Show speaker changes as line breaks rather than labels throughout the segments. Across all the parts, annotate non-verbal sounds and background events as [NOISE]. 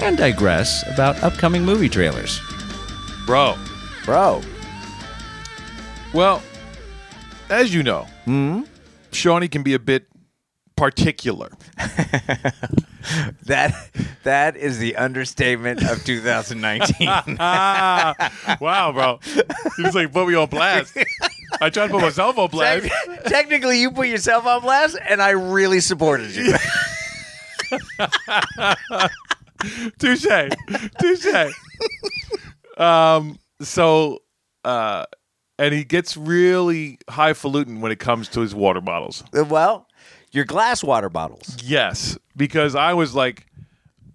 and digress about upcoming movie trailers.
Bro,
Bro,
well, as you know,
Hmm?
Shawnee can be a bit particular.
That that is the understatement of [LAUGHS] 2019.
wow, bro. He was like, put me on blast. I tried to put myself on blast.
Technically, you put yourself on blast, and I really supported you.
Touche. [LAUGHS] Touche. um, so, uh, and he gets really highfalutin when it comes to his water bottles.
[LAUGHS] well, your glass water bottles.
Yes, because I was like,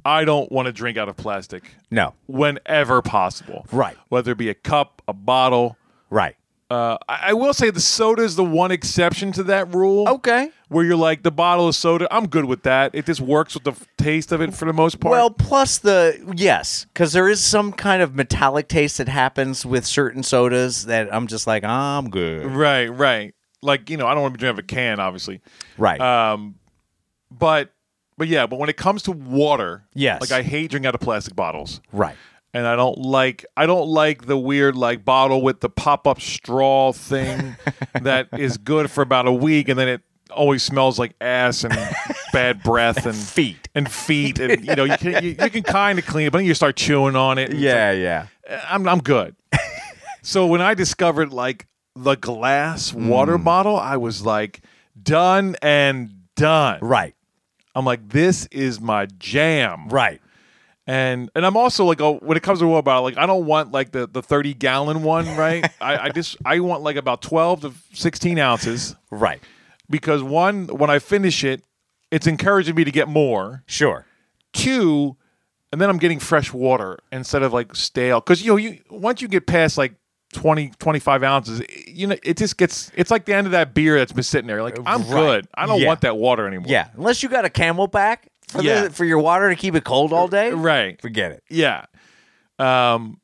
I don't want to drink out of plastic
No,
whenever possible.
Right.
Whether it be a cup, a bottle.
right.
Uh, I, I will say the soda is the one exception to that rule.
Okay.
Where you're like, the bottle of soda, I'm good with that. It just works with the f- taste of it for the most part.
Well, plus the yes, because there is some kind of metallic taste that happens with certain sodas that I'm just like, I'm good.
right, right. Like, you know, I don't want to be drinking out of a can, obviously.
Right.
Um, but but yeah, but when it comes to water,
Yes.
like I hate drinking out of plastic bottles,
right.
and I don't like I don't like the weird like bottle with the pop up straw
[LAUGHS]
thing that is good for about a week, and then it always smells like ass and bad breath and
[LAUGHS] Feet.
and feet, and you know you can you, you can kind of clean it, but then you start chewing on it. and it's
Yeah, yeah.
like, I'm I'm
[LAUGHS]
good. so when I discovered like the glass water
Mm.
bottle, I was like done and done.
Right.
I'm like, this is my jam.
Right.
And and I'm also like, oh, when it comes to water bottle, like I don't want like the the 30 gallon one, right? I, I just I want like about 12 to 16 ounces
Right.
because one, when I finish it, it's encouraging me to get more.
Sure.
Two, and then I'm getting fresh water instead of like stale because you know you once you get past like. 20 25 ounces you know it just gets it's like the end of that beer that's been sitting there like i'm good i don't
Yeah.
want that water anymore
Yeah. Unless you got a camel back for,
Yeah.
the, for your water to keep it cold all day.
right
Forget it.
Yeah. Um.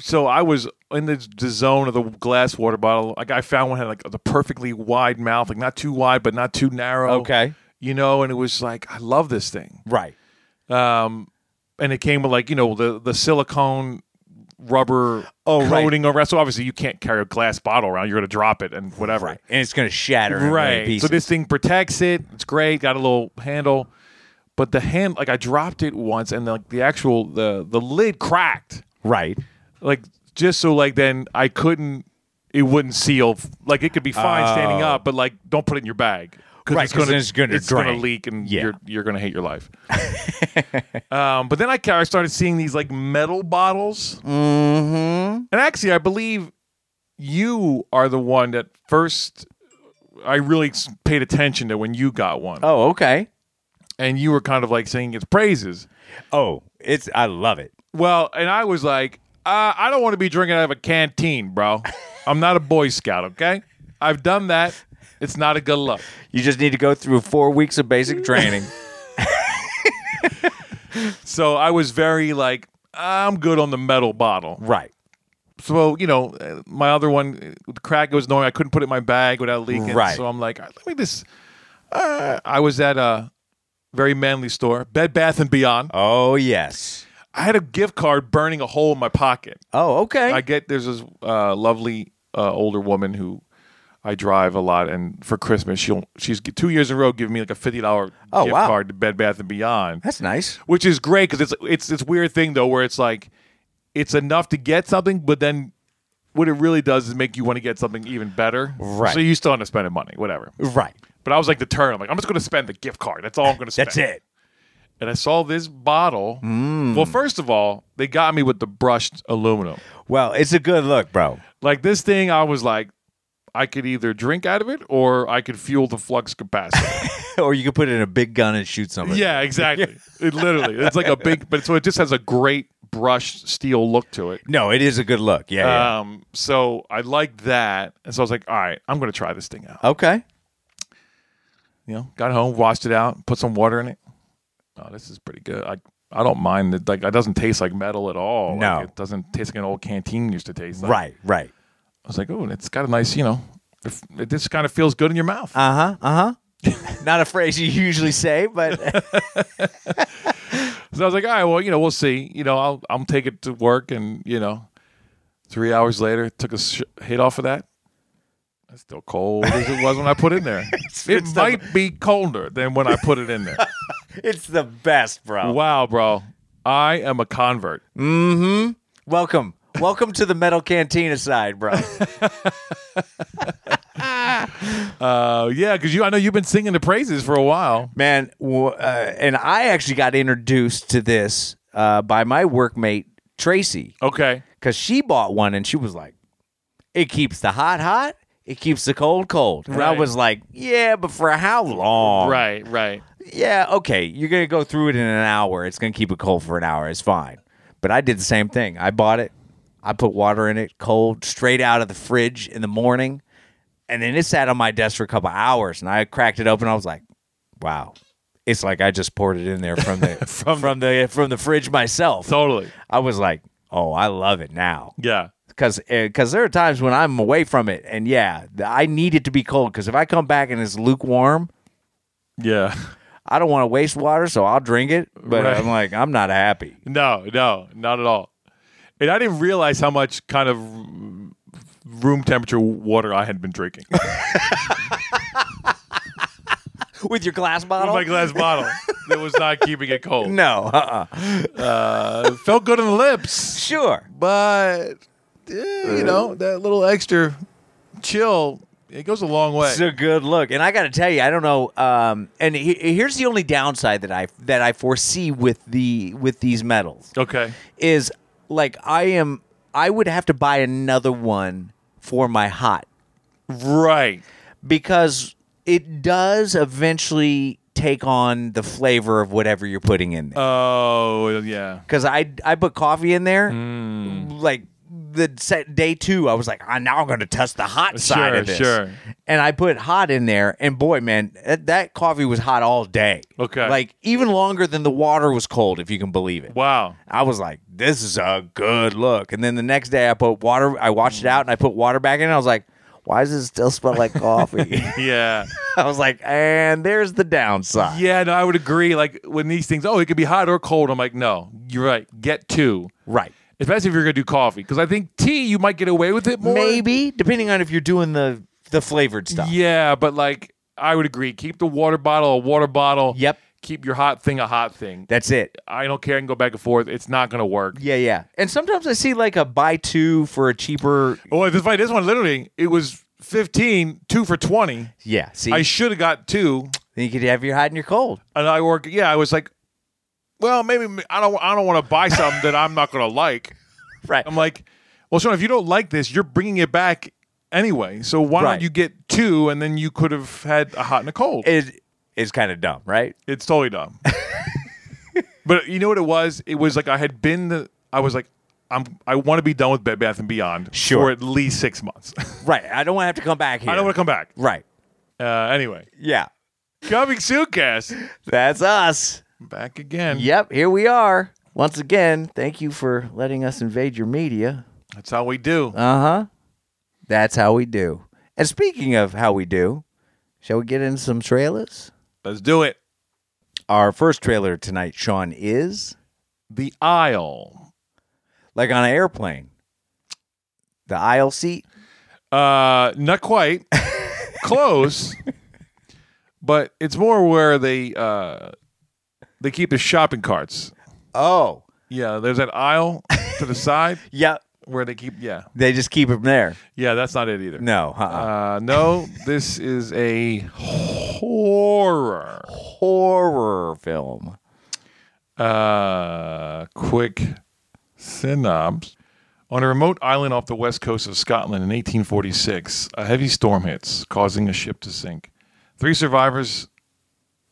So I was in the, the zone of the glass water bottle. Like I found one had like the perfectly wide mouth, like not too wide but not too narrow.
Okay.
You know, and it was like I love this thing.
Right.
Um, and it came with like you know the the silicone rubber
Oh, right.
coating around. So obviously you can't carry a glass bottle around. You're gonna drop it and whatever.
Right. And it's going to shatter. in a million
Right. So
pieces.
this thing protects it. It's great. Got a little handle, but the hand like I dropped it once and like the actual the the lid cracked
right.
like just so like then I couldn't it wouldn't seal like it could be fine standing up but like don't put it in your bag
Oh. Right, 'cause then it's gonna
it's gonna
drain.
leak and
Yeah.
you're you're gonna hate your life
[LAUGHS]
um, but then I, ca- I started seeing these like metal bottles mm-hmm. and actually I believe you are the one that first I really s- paid attention to when you got one
Oh, okay.
and you were kind of like singing its praises
Oh, it's I love it.
Well, and I was like, uh, I don't want to be drinking out of a canteen, bro. I'm not a Boy Scout, okay? I've done that. It's not a good look.
You just need to go through four weeks of basic [LAUGHS] training.
So I was very like, I'm good on the metal bottle.
right.
So, you know, uh, my other one, uh, the crack was annoying. I couldn't put it in my bag without leaking.
Right.
So I'm like, let me just. Uh, I was at a very manly store, Bed Bath and Beyond.
Oh yes.
I had a gift card burning a hole in my pocket.
Oh okay.
I get there's this uh, lovely uh, older woman who I drive a lot, and for Christmas she'll she's g- two years in a row giving me like a fifty dollar
Oh,
gift
wow.
card to Bed Bath and Beyond,
That's nice.
which is great because it's it's this weird thing though where it's like it's enough to get something, but then what it really does is make you want to get something even better.
Right.
So you still end up spending money, whatever.
Right.
But I was like determined. I'm like I'm just going to spend the gift card. That's all I'm going to spend.
That's it. Mm.
And I saw this bottle. Well, first of all, they got me with the brushed aluminum.
Well, it's a good
[LAUGHS]
look, bro.
Like this thing, I was like, I could either drink out of it or I could fuel the flux
[LAUGHS]
capacitor.
or you could put it in a big gun and shoot
[LAUGHS]
somebody.
yeah, exactly. It literally, it's like a big, but so it just has a great brushed steel look to it.
No, it is a good look. Yeah. yeah.
Um, so I liked that, and so I was like, all right, I'm going to try this thing out.
Uh, okay.
you know, got home, washed it out, put some water in it. Oh, this is pretty good. I I don't mind it. Like it doesn't taste like metal at all.
No.
like, it doesn't taste like an old canteen used to taste. Like.
Right. Right.
I was like, oh, it's got a nice, you know, if, it just kind of feels good in your mouth.
Uh huh. Uh huh. Not a phrase you usually say, but [LAUGHS]
so I was like, all right, well, you know, we'll see. You know, I'll I'll take it to work, and you know, three hours later, took a sh- hit off of that. It's still cold as it was when I put it in there. it
it's
might be colder than when I put it in there.
it's the best, bro.
wow, bro, I am a convert.
Welcome. Welcome to the metal cantina side, bro.
Uh, yeah, because you, I know you've been singing the praises for a while.
Man, w- uh, and I actually got introduced to this uh, by my workmate, Tracy,
Okay,
because she bought one and she was like, it keeps the hot hot, it keeps the cold cold. And I
Right.
was like, yeah, but for how long?
right, right.
Yeah, okay, you're going to go through it in an hour. It's going to keep it cold for an hour. It's fine. But I did the same thing. I bought it, I put water in it, cold, straight out of the fridge in the morning. And then it sat on my desk for a couple hours. And I cracked it open. I was like, wow. It's like I just poured it in there from the [LAUGHS] from, the from the fridge myself.
Totally.
I was like, "Oh, I love it now."
Yeah,
because because there are times when I'm away from it, and yeah, th- I need it to be cold because if I come back and it's lukewarm,
yeah. [LAUGHS]
I don't want to waste water, so I'll drink it. But
Right.
I'm like, I'm not happy.
No, no, not at all. And I didn't realize how much kind of room temperature water I had been drinking with
With your glass bottle?
my glass bottle that was not keeping it cold.
no, uh-uh.
It felt good on the lips,
[LAUGHS] sure.
but eh, you know that little extra chill it goes a long way.
It's a good look, and I got to tell you, I don't know. Um, and he, here's the only downside that I that I foresee with the with these metals
okay,
is like I am I would have to buy another one for my hot
right.
because it does eventually take on the flavor of whatever you're putting in there.
Oh yeah,
Because I I put coffee in there,
Mm.
like the set day two, I was like, I'm now going to test the hot side of
Sure,
this,
sure.
and I put hot in there, and boy, man, that, that coffee was hot all day.
Okay.
like even longer than the water was cold, if you can believe it.
wow.
I was like, this is a good look. And then the next day I put water, I washed it out and I put water back in. And I was like, why does it still smell
[LAUGHS]
like coffee? [LAUGHS]
Yeah.
I was like, and there's the downside.
Yeah, no, I would agree. Like when these things, oh, it could be hot or cold. I'm like, no, you're right. Get two,
Right.
especially if you're gonna do coffee, because I think tea you might get away with it more.
Maybe, depending on if you're doing the the flavored stuff.
Yeah, but like I would agree. Keep the water bottle a water bottle.
Yep.
Keep your hot thing a hot thing.
That's it.
I don't care. I can go back and forth. It's not gonna work.
Yeah, yeah. And sometimes I see like a buy two for a cheaper.
Oh, this fight, this one literally, it was 15, two for 20.
Yeah, see?
I should have got two,
then you could have your hot and your cold.
and I work. Yeah, I was like, well, maybe I don't. I don't want to buy something that I'm not gonna like.
Right.
I'm like, well, Sean, if you don't like this, you're bringing it back anyway. So why
Right.
don't you get two, and then you could have had a hot and a cold.
It is kind of dumb, right?
it's totally [LAUGHS] dumb. but you know what it was? It was like I had been the. I was like, I'm. I want to be done with Bed Bath and Beyond
Sure.
for at least six months. [LAUGHS]
Right. I don't want to have to come back here.
I don't want to come back.
Right.
Uh, anyway,
Yeah.
coming soon, Cass.
That's us.
Back again.
Yep, here we are. Once again, thank you for letting us invade your media.
that's how we do.
Uh huh. That's how we do. And speaking of how we do, shall we get into some trailers?
Let's do it.
Our first trailer tonight, Sean, is
The aisle.
like on an airplane. The aisle seat.
Uh, not
[LAUGHS]
quite. Close. But it's more where they uh, they keep the shopping carts.
Oh,
Yeah, there's that aisle to
[LAUGHS]
the side
yep.
where they keep. Yeah,
They just keep them there.
yeah, that's not it either.
No, uh-uh.
Uh, no, this is a horror.
horror film.
Uh, quick synopsis. On a remote island off the west coast of Scotland in 1846, a heavy storm hits, causing a ship to sink. Three survivors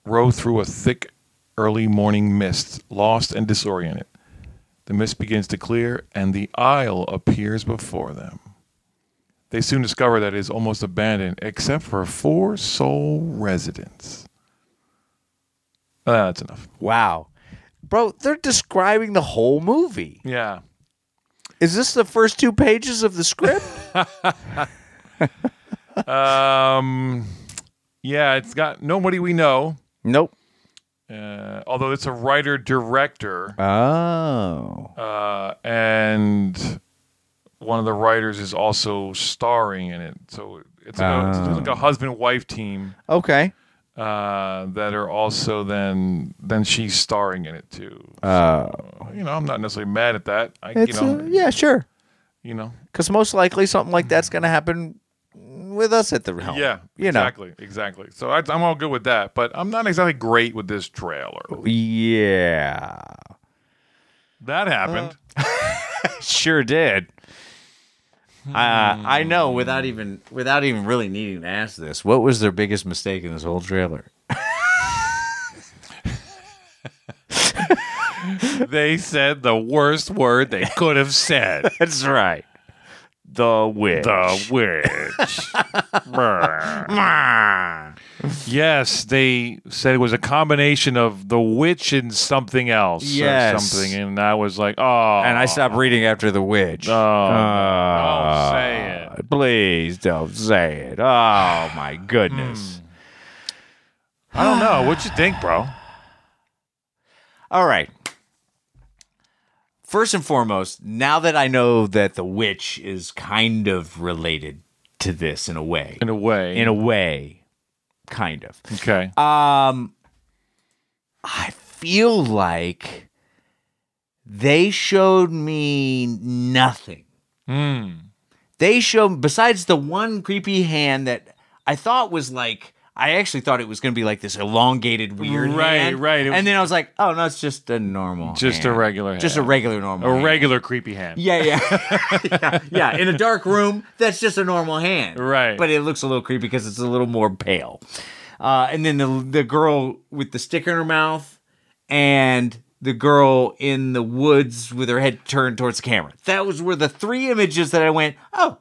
row through a thick early morning mist, lost and disoriented. The mist begins to clear, and the isle appears before them. They soon discover that it is almost abandoned, except for four sole residents. Uh, that's enough.
Wow. Bro, they're describing the whole movie.
Yeah.
Is this the first two pages of
[LAUGHS]
the script?
Um, yeah, it's got nobody we know,
nope.
uh, although it's a writer director,
Oh.
uh, and one of the writers is also starring in it. So it's like, a, it's
Ah.
like a husband wife team
Okay.
uh, that are also then then she's starring in it too. So, you know, I'm not necessarily mad at that. I, you
Ah. It's
know,
uh, yeah, sure.
you know,
Because most likely something like that's going to happen with us at the helm.
yeah,
Oh, You know.
exactly, exactly. So I, I'm all good with that, but I'm not exactly great with this trailer.
Yeah.
That happened.
Sure did. Uh, I know without even without even really needing to ask this. What was their biggest mistake in this whole trailer?
they said the worst word they could have said.
[LAUGHS] [LAUGHS] That's right. The witch.
the
Uh. [LAUGHS]
witch. yes, they said it was a combination of the witch and something else or
Yes.
something, and I was like, oh,
and I stopped reading after the witch.
Oh,
Uh,
don't say it.
Please don't say it. Oh my goodness.
I don't know. What you think, bro?
All right. First and foremost, now that I know that the witch is kind of related to this in a way,
In a way,
in a way, kind of.
okay,
Um, I feel like they showed me nothing.
Hmm.
They showed besides the one creepy hand that I thought was like I actually thought it was going to be like this elongated weird
Right,
hand.
right. It was-
and then I was like, oh no, it's just a normal,
Just a
hand.
regular
just a
hand.
regular normal,
a
hand.
regular creepy hand.
Yeah, yeah.
[LAUGHS]
yeah, [LAUGHS] yeah. In a dark room, that's just a normal hand.
Right.
But it looks a little creepy because it's a little more pale. Uh, and then the the girl with the stick in her mouth and the girl in the woods with her head turned towards the camera. That was were the three images that I went, oh,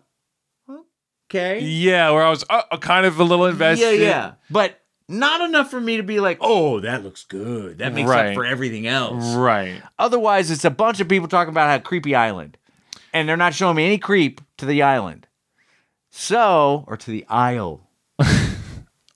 okay.
Yeah, where I was uh, uh, kind of a little
yeah,
invested.
yeah. But not enough for me to be like, oh, that looks good. That makes
Right.
up for everything else.
Right.
Otherwise, it's a bunch of people talking about how creepy island, and they're not showing me any creep to the island. So, or to the isle.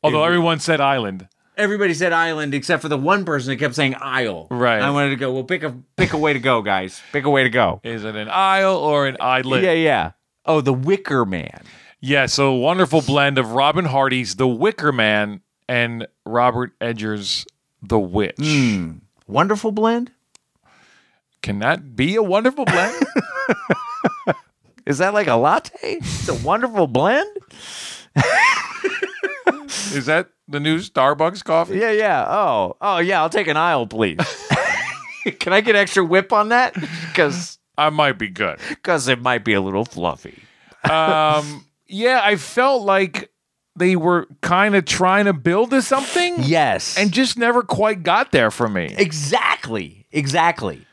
Although everyone said island.
Everybody said island except for the one person that kept saying isle.
Right.
I wanted to go. Well, pick a pick a way to go, guys. Pick a way to go.
Is it an isle or an islet?
Yeah, yeah. Oh, the Wicker Man.
Yeah, so wonderful blend of Robin Hardy's The Wicker Man and Robert Edger's The Witch.
Hmm. Wonderful blend.
Can that be a wonderful
[LAUGHS]
blend?
Is that like a latte? It's a wonderful blend.
Is that the new Starbucks coffee?
Yeah, yeah. Oh, oh, yeah. I'll take an aisle, please. [LAUGHS] Can I get extra whip on that? Because
I might be good.
because it might be a little fluffy.
Um, yeah, I felt like they were kind of trying to build to something
Yes.
and just never quite got there for me.
exactly. Exactly.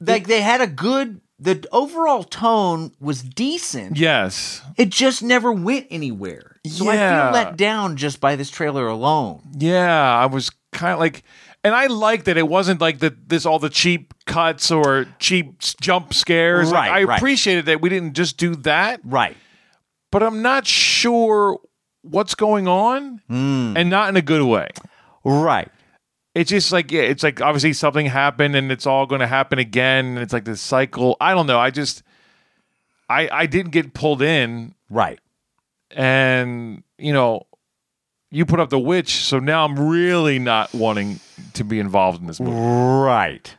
Like they had a good the overall tone was decent.
Yes.
It just never went anywhere. So I
Yeah.
feel let down just by this trailer alone.
Yeah, I was kind of like, and I liked that it wasn't like the this all the cheap cuts or cheap s- jump scares. Like,
Right,
I
right.
appreciated that we didn't just do that,
Right.
but I'm not sure what's going on,
Hmm.
and not in a good way.
Right.
It's just like yeah, it's like obviously something happened, and it's all going to happen again, and it's like this cycle. I don't know. I just, I I didn't get pulled in
Right.
and you know you put up the witch so now i'm really not wanting to be involved in this movie
Right.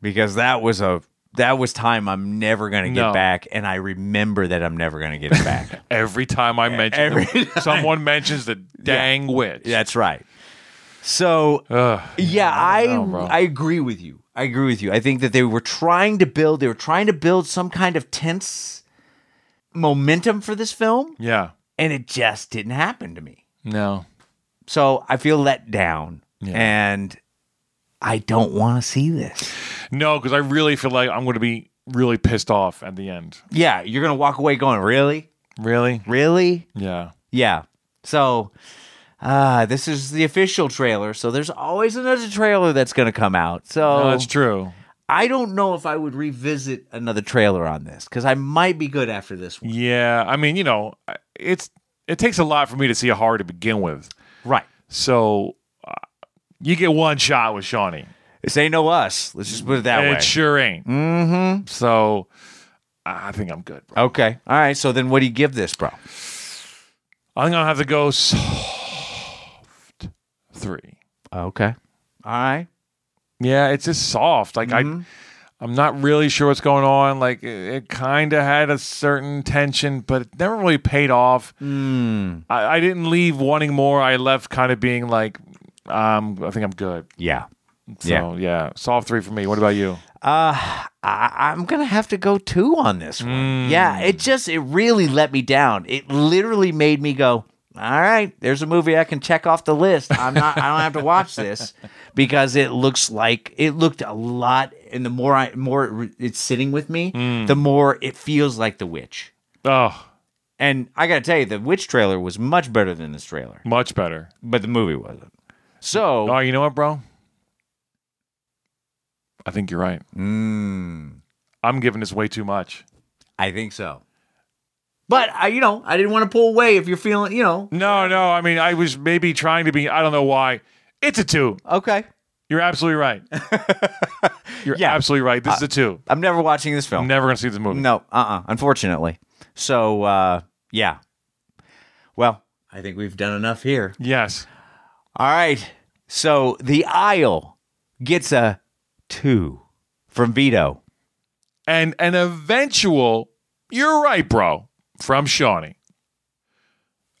Because that was a that was time I'm never gonna get
No.
back, and I remember that I'm never gonna get
[LAUGHS]
it back.
every time i mention
Every
the-
[LAUGHS] time.
someone mentions the dang witch
That's right. So
Ugh.
Yeah, I
know, bro.
I agree with you. I agree with you. I think that they were trying to build they were trying to build some kind of tense momentum for this film
yeah
and it just didn't happen to me.
no
So I feel let down
Yeah.
and I don't want to see this.
No, because I really feel like I'm going to be really pissed off at the end.
Yeah, you're gonna walk away going, really,
Really?
really?
Yeah.
Yeah. So uh, this is the official trailer. So there's always another trailer that's gonna come out. So
No, that's true.
I don't know if I would revisit another trailer on this because I might be good after this one.
Yeah. I mean, you know, I- it's it takes a lot for me to see a horror to begin with.
Right.
So uh, you get one shot with Shawnee.
This ain't no us. Let's just put it that
it
way.
sure ain't. Mm-hmm. So I I think I'm good. Bro.
okay. All right. So then what do you give this, bro?
I think I'll have to go soft three.
Okay. All right.
Yeah, it's just soft. Like I, I'm not really sure what's going on. Like it, it kind of had a certain tension, but it never really paid off. I, I didn't leave wanting more. I left kind of being like, um, I think I'm good.
Yeah.
So yeah.
Yeah.
soft three for me. What about you?
I, I'm gonna have to go two on this one. Yeah, it just it really let me down. It literally made me go, all right, there's a movie I can check off the list. I'm not I don't have to watch this because it looks like it looked a lot and the more I more it re- it's sitting with me, the more it feels like the witch.
Oh,
And I gotta tell you, the witch trailer was much better than this trailer,
much better.
but the movie wasn't. So
Oh, you know what, bro? I think you're right. Mm. I'm giving this way too much.
I think so. But I, you know, I didn't want to pull away if you're feeling, you know.
No, no. I mean, I was maybe trying to be. I don't know why. It's a two.
Okay.
You're absolutely right.
[LAUGHS]
You're
Yeah.
absolutely right. This is a two.
I'm never watching this film.
I'm never gonna see this movie.
No, uh uh unfortunately. So, uh, yeah. Well, I think we've done enough here.
Yes.
All right. So, The Isle gets a two from Vito.
And an eventual. You're right, bro. From Shawnee.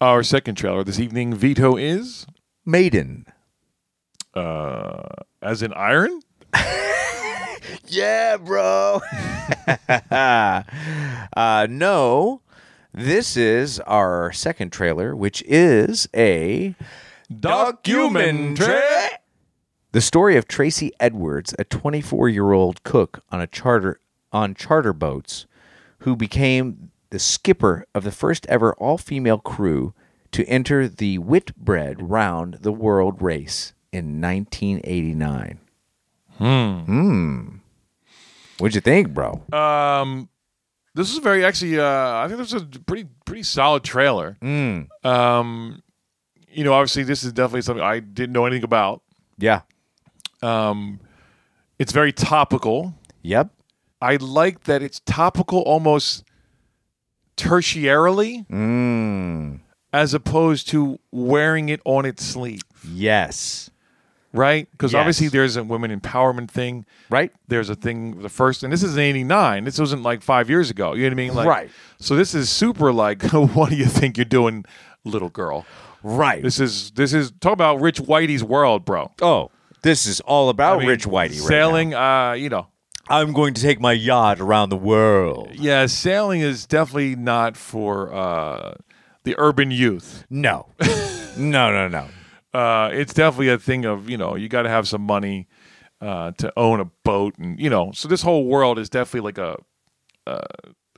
Our second trailer this evening, Veto is Uh,
Maiden.
as in iron.
Yeah, bro. [LAUGHS] uh, no, this is our second trailer, which is a The story of Tracy Edwards, a 24-year-old cook on a charter on charter boats, who became the skipper of the first ever all-female crew to enter the Whitbread Round the World race in 1989. Hmm. What'd you think, bro?
Um, this is very actually. Uh, I think this is a pretty pretty solid trailer.
Mm.
Um, you know, obviously, this is definitely something I didn't know anything about.
yeah.
It's very topical.
Yep.
I like that it's topical almost tertiarily
Mm.
as opposed to wearing it on its sleeve,
Yes.
right? Because
Yes.
obviously there's a women empowerment thing.
Right.
There's a thing, the first, and this is in 89. This wasn't like five years ago. You know what I mean? Like,
Right.
So this is super like, [LAUGHS] what do you think you're doing, little girl?
Right.
This is, this is, talk about Rich Whitey's world, bro.
oh, this is all about
I mean,
Rich Whitey. Right
Sailing, uh, you know,
now. I'm going to take my yacht around the world.
Yeah, sailing is definitely not for uh, the urban youth.
No. no. No. No.
Uh, it's definitely a thing of you know you got to have some money uh, to own a boat, and you know so this whole world is definitely like a. Uh,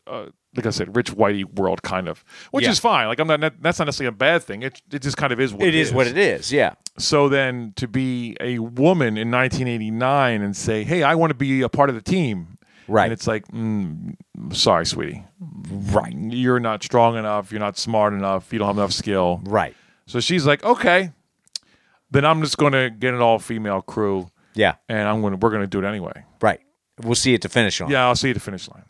uh, like I said, rich whitey world kind of, which
Yeah.
is fine. Like I'm not. That's not necessarily a bad thing. It it just kind of is what
It is what it is. Yeah.
So then to be a woman in 1989 and say, "Hey, I want to be a part of the team,"
Right.
And it's like, mm, sorry, sweetie,
Right.
you're not strong enough, you're not smart enough, you don't have enough skill.
Right.
So she's like, okay, then I'm just going to get an all female crew,
Yeah.
and I'm going to we're going to do it anyway.
Right. We'll see it to finish on.
Yeah, I'll see you at the finish line.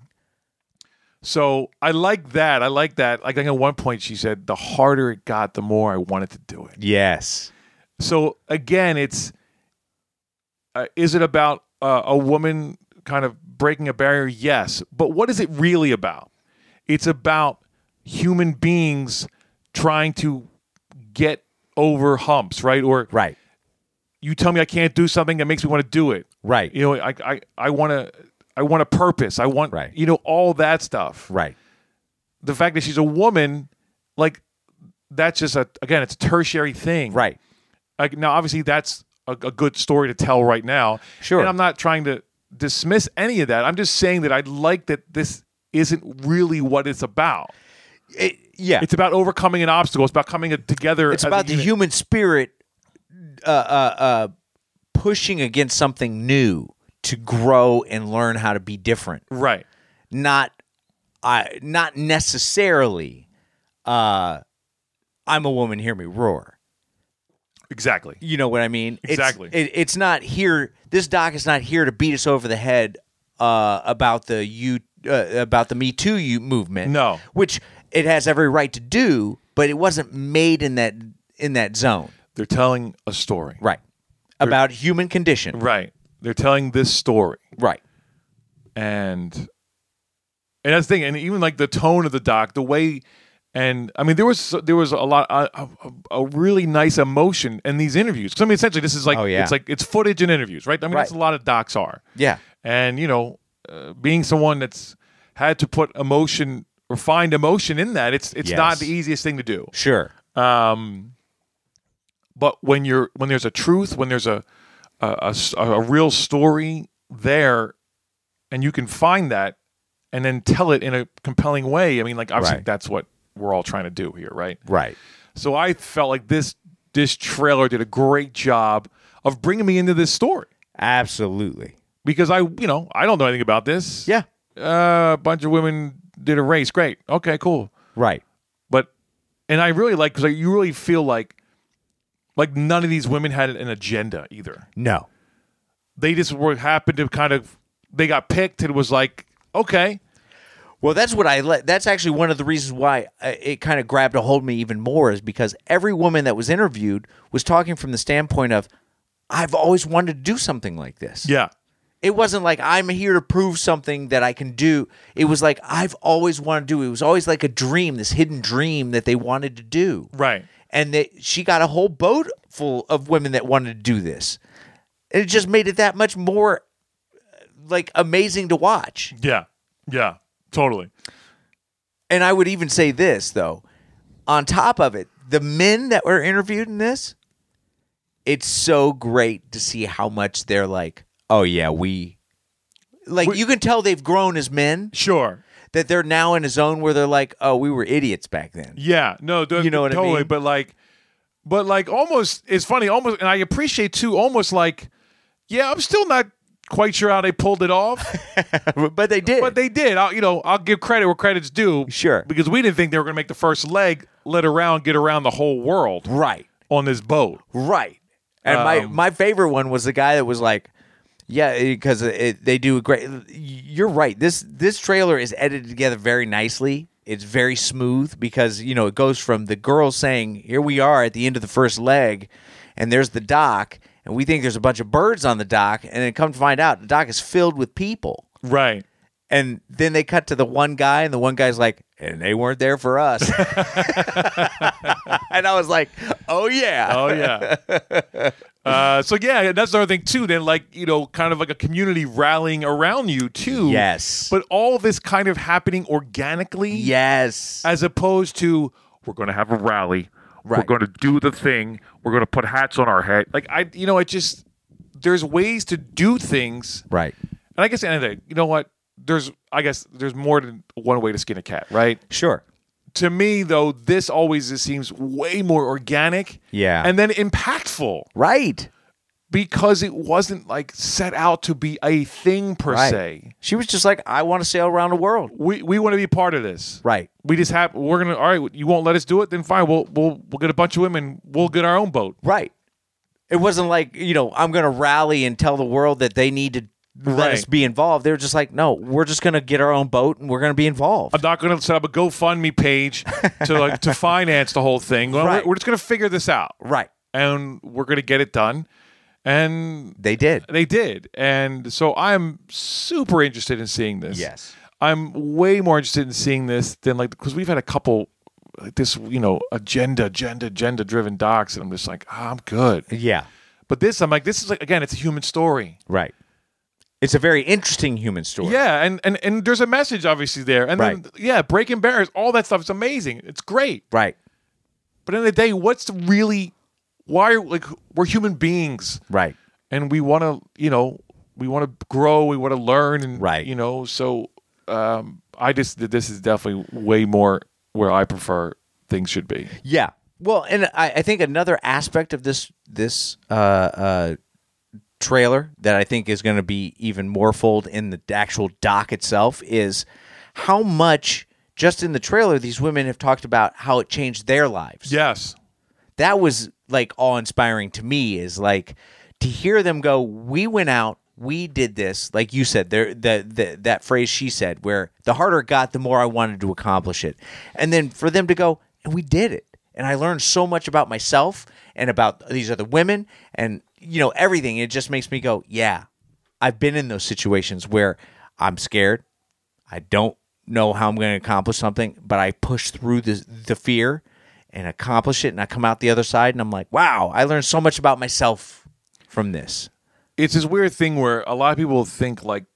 So I like that. I like that. Like I think at one point she said, the harder it got, the more I wanted to do it.
Yes.
So again, it's uh, is it about uh, a woman kind of breaking a barrier? Yes, but what is it really about? It's about human beings trying to get over humps, right? Or
Right.
you tell me I can't do something that makes me want to do it.
Right.
You know, I I I want to I want a purpose. I want
Right.
you know all that stuff.
Right.
The fact that she's a woman, like that's just a again, it's a tertiary thing.
Right.
Like now, obviously that's a, a good story to tell right now.
Sure.
And I'm not trying to dismiss any of that. I'm just saying that I like that this isn't really what it's about.
It, yeah,
It's about overcoming an obstacle. It's about coming together.
It's
as a
about the
unit.
human spirit uh, uh, uh, pushing against something new to grow and learn how to be different.
right.
Not, I not necessarily. Uh, I'm a woman. Hear me roar.
Exactly.
You know what I mean? It's-
Exactly.
it, it's not here. This doc is not here to beat us over the head uh, about the you uh, about the Me Too you movement.
No.
which it has every right to do, but it wasn't made in that in that zone.
They're telling a story.
Right. About human condition.
Right. They're telling this story.
Right.
and and that's the thing, and even like the tone of the doc, the way, and I mean there was there was a lot a, a, a really nice emotion in these interviews. 'Cause, I mean, essentially, this is like
Oh, yeah.
it's like it's footage and interviews, right? I mean, that's a
Right.
lot of docs are.
Yeah.
and you know, uh, being someone that's had to put emotion or find emotion in that, it's it's not
Yes.
the easiest thing to do
Sure.
but when you're when there's a truth when there's a a, a s- a real story there and you can find that and then tell it in a compelling way i mean like obviously
Right.
that's what we're all trying to do here right
Right.
so i felt like this this trailer did a great job of bringing me into this story
Absolutely.
because i you know i don't know anything about this
Yeah.
uh, a bunch of women did a race great okay cool
Right.
but and i really like because you really feel like like none of these women had an agenda either
No.
they just were happened to kind of they got picked and was like okay
Well, that's what I let. That's actually one of the reasons why uh, it kind of grabbed a hold of me even more is because every woman that was interviewed was talking from the standpoint of, I've always wanted to do something like this.
yeah
It wasn't like I'm here to prove something that I can do. It was like I've always wanted to do. It was always like a dream, this hidden dream that they wanted to do.
Right.
And that she got a whole boat full of women that wanted to do this. And it just made it that much more uh, like amazing to watch.
yeah yeah totally
And I would even say this though, on top of it, the men that were interviewed in this, it's so great to see how much they're like, oh yeah, we like you can tell they've grown as men
sure
that they're now in a zone where they're like, oh, we were idiots back then.
yeah no th-
You know what I
totally
mean?
but like but like almost it's funny almost and i appreciate too almost like yeah i'm still not quite sure how they pulled it [LAUGHS] off
but they did.
but they did I'll, you know i'll give credit where credit's due
Sure.
because we didn't think they were going to make the first leg let around get around the whole world
right.
on this boat
Right. And my
Um,
my favorite one was the guy that was like, yeah, because they do a great. You're right. This this trailer is edited together very nicely. It's very smooth because you know it goes from the girl saying, "Here we are at the end of the first leg," and there's the dock, and we think there's a bunch of birds on the dock, and then come to find out the dock is filled with people.
right
And then they cut to the one guy, and the one guy's like, "And they weren't there for
[LAUGHS]
us." [LAUGHS] and I was like, "Oh yeah,
Oh yeah.
[LAUGHS]
uh, so yeah, that's another thing too. Then like you know, kind of like a community rallying around you too.
Yes.
But all this kind of happening organically.
yes."
As opposed to we're going to have a rally. We're
Right.
going to do the thing. We're going to put hats on our head. Like I, you know, it just there's ways to do things.
Right.
And I guess at the end of the day, you know what? There's I guess there's more than one way to skin a cat, right?
Sure.
to me though this always just seems way more organic
Yeah.
and then impactful
Right.
because it wasn't like set out to be a thing per
Right.
se
She was just like, I want to sail around the world.
we we want to be part of this
Right.
we just have we're gonna all right you won't let us do it then fine we'll we'll we'll get a bunch of women we'll get our own boat
Right. It wasn't like, you know, I'm going to rally and tell the world that they need to let
Right.
us be involved. They were just like, no, we're just going to get our own boat and we're going to be involved.
I'm not gonna set up a GoFundMe
[LAUGHS]
page to like to finance the whole thing Well,
Right.
we're just gonna figure this out
right.
and we're gonna get it done and
They did.
They did. And so I'm super interested in seeing this.
Yes.
I'm way more interested in seeing this than like because we've had a couple like this, you know, agenda, agenda, agenda driven docs, and I'm just like, ah, I'm good.
Yeah.
But this, I'm like, this is like again, it's a human story.
Right. It's a very interesting human story.
Yeah, and and and there's a message obviously there. And then
Right.
yeah, breaking barriers, all that stuff is amazing. It's great.
Right.
But in the day, what's really why are like we're human beings
Right.
and we want to you know we want to grow we want to learn and
Right.
you know so um i just this is definitely way more where i prefer things should be
Yeah. Well, and I, I think another aspect of this this uh, uh, trailer that I think is going to be even more fold in the actual doc itself is how much just in the trailer these women have talked about how it changed their lives.
yes
That was like awe inspiring to me. Is like to hear them go. We went out. We did this, like you said, there the, the that phrase she said, where the harder it got, the more I wanted to accomplish it, and then for them to go, and we did it, and I learned so much about myself and about these other women, and you know everything. It just makes me go, yeah, I've been in those situations where I'm scared, I don't know how I'm going to accomplish something, but I push through the the fear and accomplish it, and I come out the other side, and I'm like, wow, I learned so much about myself from this.
it's this weird thing where a lot of people think like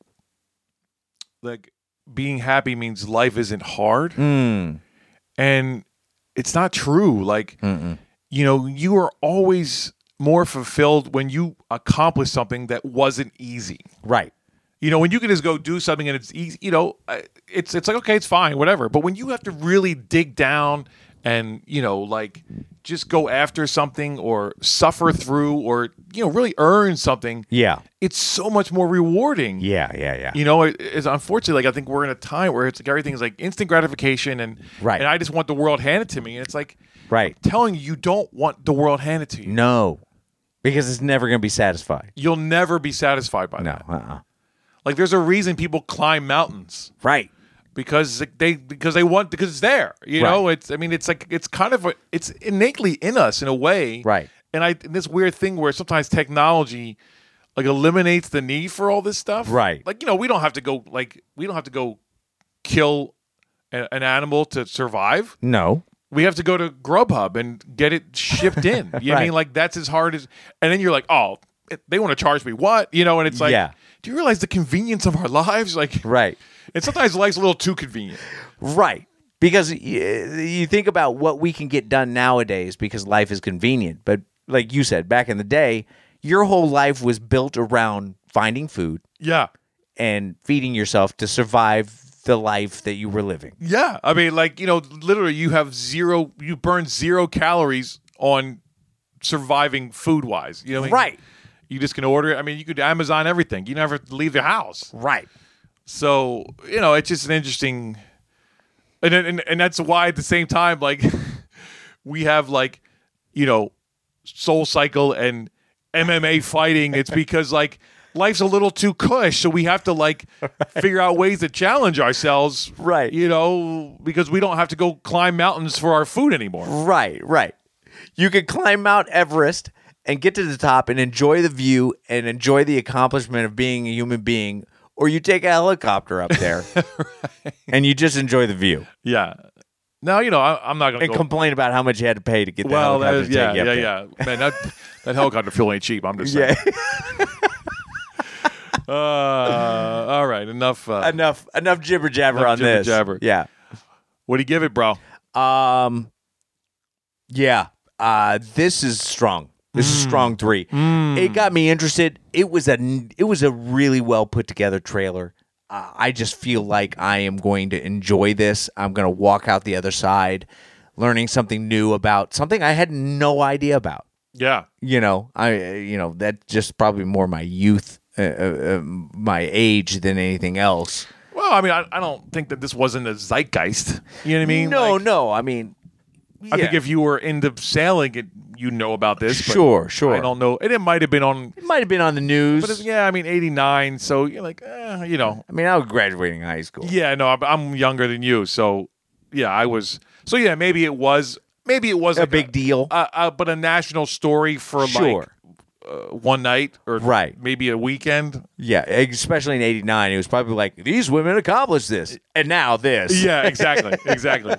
like being happy means life isn't hard and it's not true like you know you are always more fulfilled when you accomplish something that wasn't easy
Right.
You know, when you can just go do something and it's easy, you know, I- it's it's like okay, it's fine, whatever. But when you have to really dig down and you know, like just go after something or suffer through or you know really earn something,
Yeah.
it's so much more rewarding.
Yeah. Yeah. Yeah.
You know, it, it's unfortunately like I think we're in a time where it's like everything's like instant gratification and
Right.
and I just want the world handed to me, and it's like
Right.
telling you you don't want the world handed to you.
No, because it's never going to be satisfied.
You'll never be satisfied by
No.
that.
Uh-uh.
Like there's a reason people climb mountains.
Right.
because they because they want because it's there. You
Right.
know, it's I mean, it's like it's kind of a, it's innately in us in a way,
Right.
And I and this weird thing where sometimes technology like eliminates the need for all this stuff,
Right.
Like you know, we don't have to go like we don't have to go kill a, an animal to survive.
No.
We have to go to Grubhub and get it shipped
[LAUGHS]
in. You know what I
Right.
mean? Like that's as hard as and then you're like, oh, it- they want to charge me what? You know, and it's like,
Yeah.
do you realize the convenience of our [LAUGHS] lives? Like,
Right.
and sometimes life's a little too convenient.
Right. Because y- you think about what we can get done nowadays because life is convenient. But like you said, back in the day, your whole life was built around finding food
Yeah.
and feeding yourself to survive the life that you were living.
Yeah. I mean, like, you know, literally you have zero, you burn zero calories on surviving food wise. You know, what I mean?
Right.
You just can order it. I mean, you could Amazon everything. You never have to leave your house.
Right.
So, you know, it's just an interesting, and, and, and that's why at the same time, like, [LAUGHS] we have like, you know, Soul Cycle and MMA fighting. It's because like life's a little too cush, so we have to [LAUGHS] like figure out ways to challenge ourselves,
Right.
You know, because we don't have to go climb mountains for our food anymore.
Right, right. You could climb Mount Everest and get to the top and enjoy the view and enjoy the accomplishment of being a human being, or you take a helicopter
[LAUGHS]
up there and you just enjoy the view
Yeah. Now you know I, I'm not gonna
and
go.
complain about how much you had to pay to get the
well, that
helicopter.
is,
to
yeah,
take you
yeah,
up
yeah. Man, that, that helicopter fuel ain't cheap. I'm [LAUGHS] just
there.
saying.
[LAUGHS] yeah.
Uh, all right, enough. Uh,
enough, enough jibber jabber
Enough
on this.
jibber-jabber.
Yeah.
what do you give it, bro?
Um, yeah, uh, this is strong. This is
Hmm.
strong three. It got me interested. It was a it was a really well put together trailer. Uh, I just feel like I am going to enjoy this. I'm going to walk out the other side, learning something new about something I had no idea about.
Yeah.
You know, I uh, you know that just probably more my youth, uh, uh, uh, my age than anything else.
Well, I mean, I, I don't think that this wasn't a zeitgeist. You know what I mean?
no,
Like,
no. I mean,
I think
yeah.
if you were into sailing, it, you know about this. but
Sure, sure.
I don't know. And it might have been on,
it might have been on the news.
but it's, yeah, I mean, 89. So you're like, eh, you know.
I mean, I was graduating high school.
Yeah, no, I'm, I'm younger than you. So yeah, I was. So yeah, maybe it was, maybe it was
A
like
big deal.
Uh, uh, but a national story for
Sure.
like uh, one night or
Right.
maybe a weekend.
Yeah, especially in '89, it was probably like these women accomplished this, and now this.
[LAUGHS] Yeah, exactly, exactly.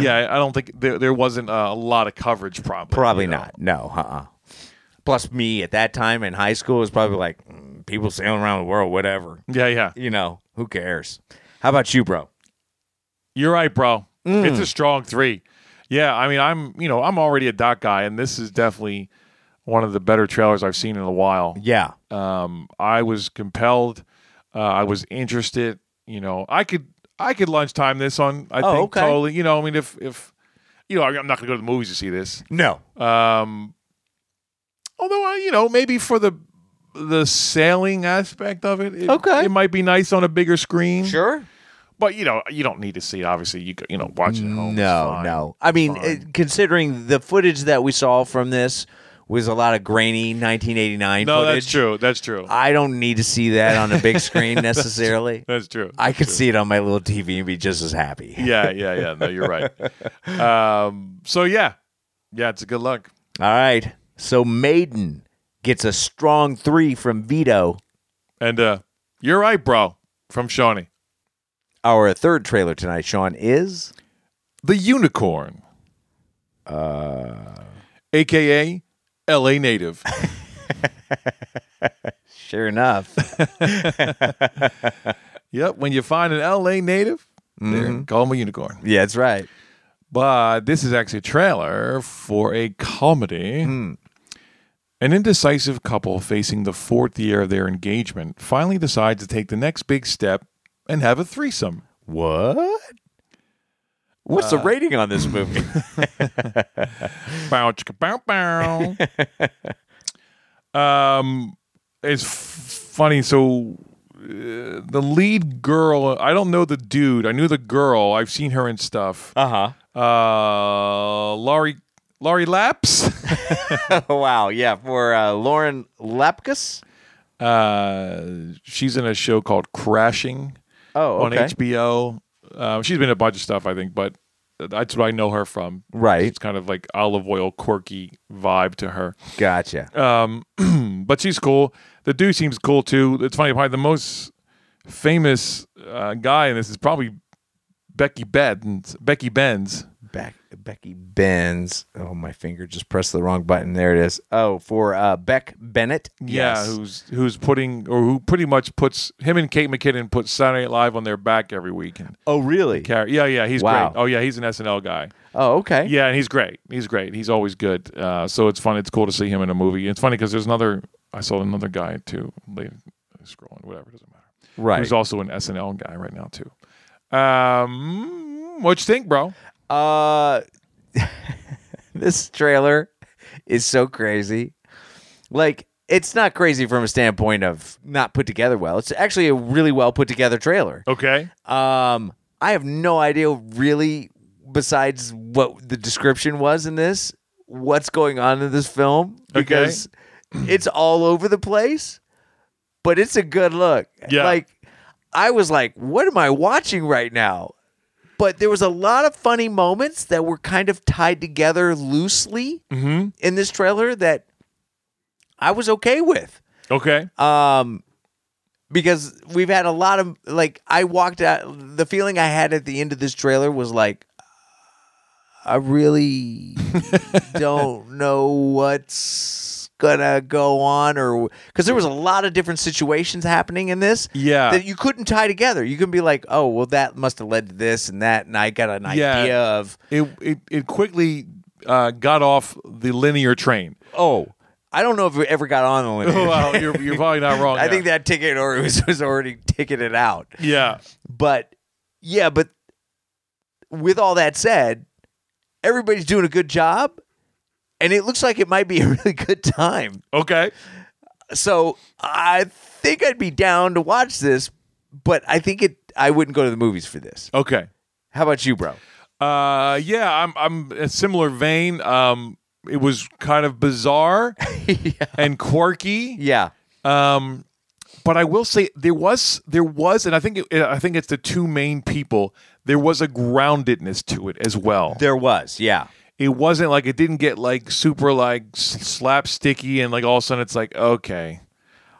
yeah, I don't think there, there wasn't uh, a lot of coverage. Probably,
probably
you know?
not. No, uh-uh. Plus, me at that time in high school was probably like mm, people sailing around the world, whatever.
Yeah, yeah.
You know, who cares? How about you, bro? Mm.
You're right, bro. It's a strong three. Yeah, I mean, I'm you know I'm already a Doc guy, and this is definitely one of the better trailers I've seen in a while.
Yeah.
Um, I was compelled. Uh, I was interested. You know, I could I could lunchtime this on. I
Oh,
think
okay.
totally. You know, I mean, if if you know, I- I'm not going to go to the movies to see this.
No.
Um, although I, you know, maybe for the the sailing aspect of it, it
Okay.
it might be nice on a bigger screen.
sure.
but you know, you don't need to see it. Obviously, you c- you know, watch it at home.
No,
it's fine.
no. I mean, uh,
Fine.
considering the footage that we saw from this was a lot of grainy 1989
no,
footage.
that's true. That's true.
I don't need to see that on a big screen necessarily.
[LAUGHS] That's true.
I could see it on my little TV and be just as happy.
yeah, yeah, yeah. No, you're
[LAUGHS]
right. Um, so yeah, yeah, it's a good luck.
All right. So Maiden gets a strong three from Vito,
And uh, you're right, bro. From Shawnee,
our third trailer tonight. Sean is
the unicorn, uh, aka L.A.
[LAUGHS]
native.
sure enough.
yep. When you find an L.A. native, there,
Mm-hmm.
call him a unicorn.
[LAUGHS] yeah, that's right.
But this is actually a trailer for a comedy. An indecisive couple facing the fourth year of their engagement finally decides to take the next big step and have a threesome.
What? What's the rating on this [LAUGHS] movie?
bow, chicka, bow, bow. um, it's f- funny. So uh, the lead girl, I don't know the dude. I knew the girl. I've seen her in stuff.
uh
Uh, Laurie, Laurie [LAUGHS] Laps.
huh. [LAUGHS] wow. Yeah, for uh, Lauren Lapkus.
uh, she's in a show called Crashing
Oh, okay.
on HBO. Um, she's been in a bunch of stuff, I think, but that's what I know her from.
Right.
It's kind of like olive oil, quirky vibe to her. [CLEARS THROAT]
Gotcha.
Uh, but she's cool. The dude seems cool too. It's funny, probably the most famous uh, guy in this is probably Becky Benz. Becky Benz.
Back, Becky Benz. Oh, my finger just pressed the wrong button. There it is. Oh, for uh, Beck Bennett. Yes.
Yeah, who's who's putting or who pretty much puts him and Kate McKinnon put Saturday Night Live on their back every week. And
oh, really?
car- yeah, yeah, he's
Wow.
great. Oh yeah, he's an SNL guy.
Oh, okay.
Yeah, and he's great. He's great. He's always good. Uh, so it's fun. It's cool to see him in a movie. It's funny because there's another. I saw another guy too. Later, scrolling, whatever doesn't matter.
Right.
Who's also an SNL guy right now too. Um, what you think, bro?
Uh, [LAUGHS] this trailer is so crazy. Like, it's not crazy from a standpoint of not put together well. It's actually a really well put together trailer.
Okay.
Um, I have no idea really, besides what the description was in this, what's going on in this film
Okay.
because it's all over the place. But it's a good look.
Yeah.
Like, I was like, what am I watching right now? But there was a lot of funny moments that were kind of tied together loosely
Mm-hmm.
in this trailer that I was okay with
Okay.
um because we've had a lot of like i walked out the feeling i had at the end of this trailer was like
[LAUGHS]
i really don't know what's gonna go on or because there was a lot of different situations happening in this
Yeah.
that you couldn't tie together you can be like oh well that must have led to this and that and i got an
Yeah.
idea of
it it it quickly uh, got off the linear train.
oh i don't know if it ever got on the
[LAUGHS]
linear
well,
[LAUGHS]
you're, you're probably not [LAUGHS] wrong.
i
there.
think that ticket or was, was already ticketed out
Yeah.
But yeah, but with all that said, everybody's doing a good job, and it looks like it might be a [LAUGHS] really good time.
Okay.
So I think I'd be down to watch this, but I think it. I wouldn't go to the movies for this.
Okay.
How about you, bro?
Uh, yeah, I'm I'm in a similar vein. Um, it was kind of bizarre and quirky.
Yeah.
Um, but I will say there was there was, and I think it, I think it's the two main people. There was a groundedness to it as well.
There was, yeah.
It wasn't like it didn't get like super like s- slapsticky and like all of a sudden it's like okay,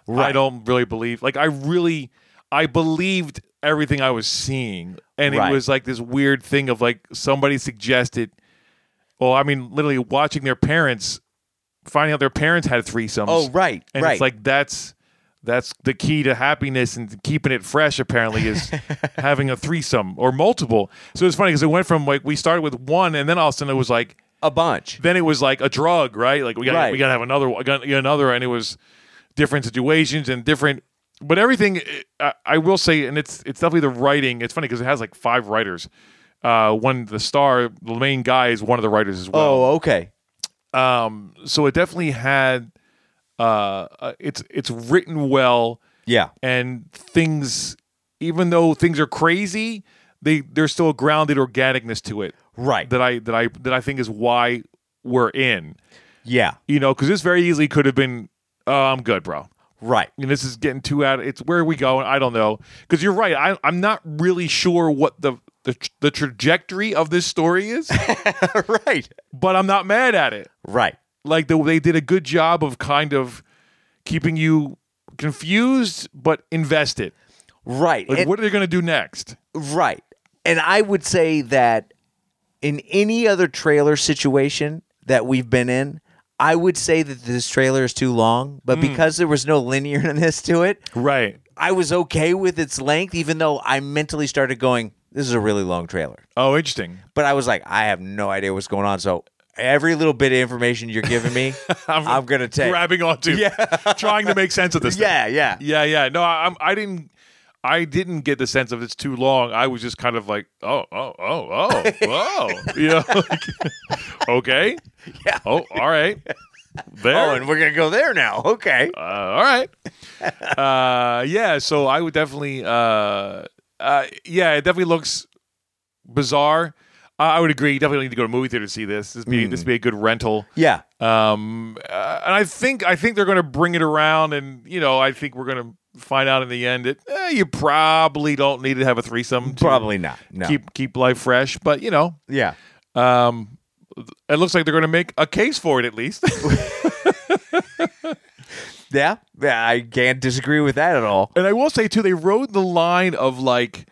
I don't really believe. Like I really, I believed everything I was seeing, and
Right.
it was like this weird thing of like somebody suggested. Well, I mean, literally watching their parents, finding out their parents had threesomes.
Oh, right,
and
right.
it's like that's That's the key to happiness and keeping it fresh. Apparently,
[LAUGHS]
is having a threesome or multiple. So it's funny because it went from like we started with one, and then all of a sudden it was like
A bunch.
then it was like a drug, right? Like we got to
Right.
we got to have another one, gotta get another, and it was different situations and different. But everything, I, I will say, and it's it's definitely the writing. It's funny because it has like five writers. Uh, one the star, the main guy is one of the writers as well
Oh, okay. Oh.
so it definitely had uh, uh it's it's written well
Yeah.
and things even though things are crazy they there's still a grounded organicness to it
Right.
that i that i that i think is why we're in
Yeah.
you know because this very easily could have been oh i'm good bro
Right. [LAUGHS]
and this is getting too out it's where are we going i don't know because you're right I, i'm not really sure what the the, tr- the trajectory of this story is
right.
but i'm not mad at it
Right.
like the, they did a good job of kind of keeping you confused but invested.
Right.
Like,
And-
what are they going to do next?
Right. And I would say that in any other trailer situation that we've been in, I would say that this trailer is too long, but
Hmm.
because there was no [LAUGHS] linearness to it,
Right.
I was okay with its length, even though I mentally started going, this is a really long trailer.
Oh, [LAUGHS] interesting.
But I was like, I have no idea what's going on. So every little bit of information you're giving
[LAUGHS]
me, I'm, going to take.
Grabbing onto, yeah, [LAUGHS] trying to make sense of
[LAUGHS]
this.
yeah,
thing.
yeah.
yeah, yeah. No, I, I'm. I didn't. I didn't get the sense of it's too long. I was just kind of like, oh, oh, oh,
[LAUGHS]
oh, oh. yeah. [LAUGHS] okay.
Yeah.
Oh, all right. There.
Oh, and we're going to go there now. Okay.
uh, all
[LAUGHS]
right. uh, yeah, so I would definitely, uh, uh, yeah, it definitely looks bizarre. I I would agree. You definitely need to go to a movie theater to see this. This be this
Hmm.
be a good rental.
Yeah.
Um, uh, and I think I think they're going to bring it around, and you know, I think we're going to find out in the end that eh, you probably don't need to have a threesome. To
Probably not. No.
keep keep life fresh, but you know,
yeah.
um, it looks like they're going to make a case for it at least. [LAUGHS]
Yeah. Yeah. I can't disagree with that at all.
And I will say too, they rode the line of like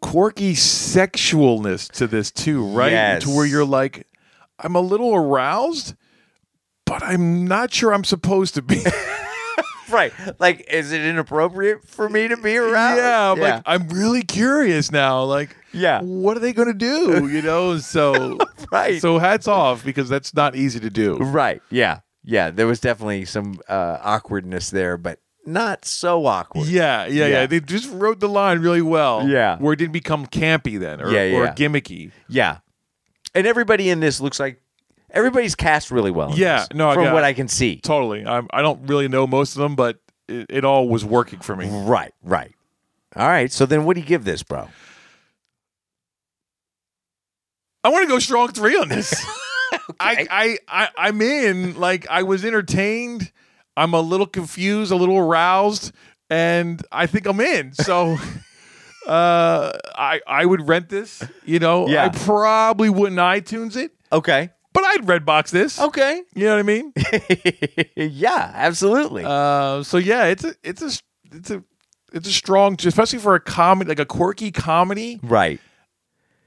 quirky sexualness to this too, right?
Yes.
To where you're like, I'm a little aroused, but I'm not sure I'm supposed to be. [LAUGHS]
Right. Like, is it inappropriate for me to be around?
yeah, I'm like I'm really curious now. Like,
uh, Yeah.
what are they gonna do? You know, so
[LAUGHS] Right.
So hats off because that's not easy to do.
right. Yeah. Yeah. There was definitely some uh, awkwardness there, but not so awkward.
Yeah, yeah, yeah,
Yeah.
They just rode the line really well.
Yeah.
where it didn't become campy then, or,
Yeah, yeah.
or gimmicky.
Yeah. And everybody in this looks like everybody's cast really well. in
Yeah,
this,
no, I
from
got-
what I can see.
Totally. I'm, I don't really know most of them, but it, it all was working for me.
Right. Right. All right. So then, what do you give this, bro?
I want to go strong three on
[LAUGHS]
this. I, I, I, I'm in. Like, I was entertained. I'm a little confused, a little aroused, and I think I'm
[LAUGHS]
in. So. Uh, I I would rent this, you know.
Yeah.
I probably wouldn't iTunes it,
Okay.
but I'd Redbox this.
Okay.
You know what I mean?
[LAUGHS] yeah. Absolutely.
Uh, so yeah, it's a it's a it's a it's a strong, especially for a comedy like a quirky comedy.
right.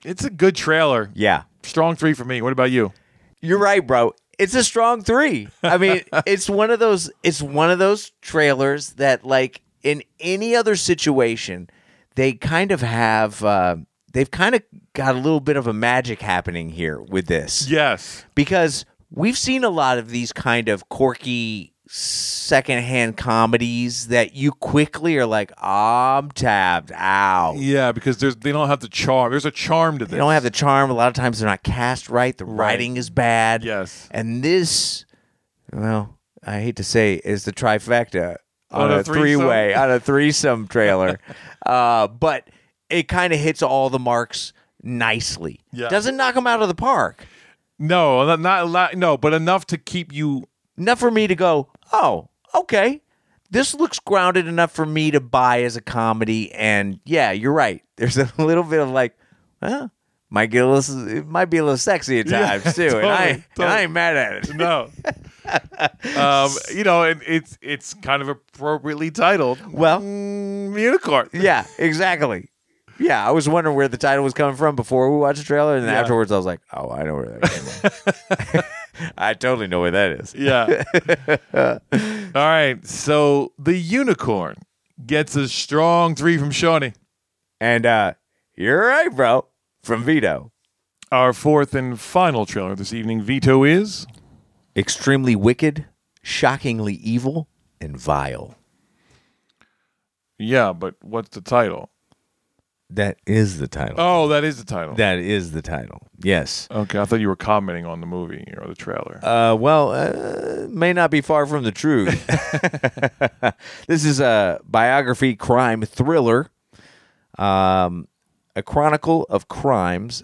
It's a good trailer.
Yeah.
Strong three for me. What about you?
You're right, bro. It's a strong three. I mean, it's one of those. It's one of those trailers that, like in any other situation, they kind of have. Uh, they've kind of got a little bit of a magic happening here with this
Yes.
because we've seen a lot of these kind of quirky secondhand comedies that you quickly are like, I'm tapped out.
Yeah, because there's they don't have the charm. There's a charm to this.
They don't have the charm. A lot of times they're not cast right. The writing is bad.
Yes.
And this, well, I hate to say, is the trifecta on,
On
a,
a
three
threesome?
way, on a threesome
[LAUGHS]
trailer. uh, but it kind of hits all the marks nicely.
Yeah.
Doesn't knock them out of the park.
no, not, not a lot. No, but enough to keep you.
Enough for me to go, oh, okay. This looks grounded enough for me to buy as a comedy. And yeah, you're right. [LAUGHS] There's a little bit of like, well, might get a little, it might be a little sexy at
[LAUGHS] Yeah,
times too. and, I,
totally,
and I
totally.
ain't mad at it. [LAUGHS]
No. um, you know, and it's it's kind of appropriately titled.
Well-
Mm, unicorn.
yeah, exactly. Yeah, I was wondering where the title was coming from before we watched the trailer, and then
Yeah. [LAUGHS]
afterwards I was like, "Oh, I know where that came from." [LAUGHS] I totally know where that is.
Yeah.
[LAUGHS]
All right. So the unicorn gets a strong three from Shawnee.
And uh, you're right, bro. From Vito.
Our fourth and final trailer this evening, Vito is.
Extremely wicked, shockingly evil, and vile.
Yeah, but what's the title?
That is the title.
Oh, that is the title.
That is the title. Yes.
okay, I thought you were commenting on the movie or the trailer.
Uh, well, uh, may not be far from the truth. this is a biography crime thriller, um, a chronicle of crimes,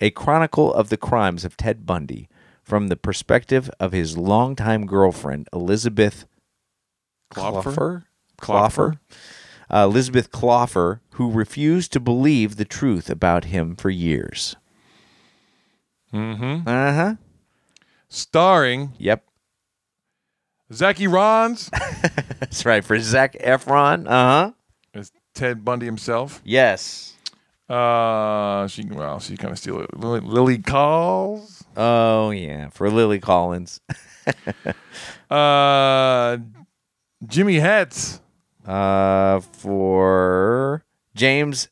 a chronicle of the crimes of Ted Bundy from the perspective of his longtime girlfriend, Elizabeth
Klopfer?
Cloffer. Uh, Elizabeth Cloffer, who refused to believe the truth about him for years. Mm hmm. Uh huh.
Starring
Yep.
Zachy Rons
That's right. For Zach Efron. Uh huh.
as Ted Bundy himself.
Yes.
Uh, she well, she kind of steal it. Lily, Lily calls.
Oh, yeah. For Lily Collins. [LAUGHS]
Uh, Jimmy Hetz.
Uh, for James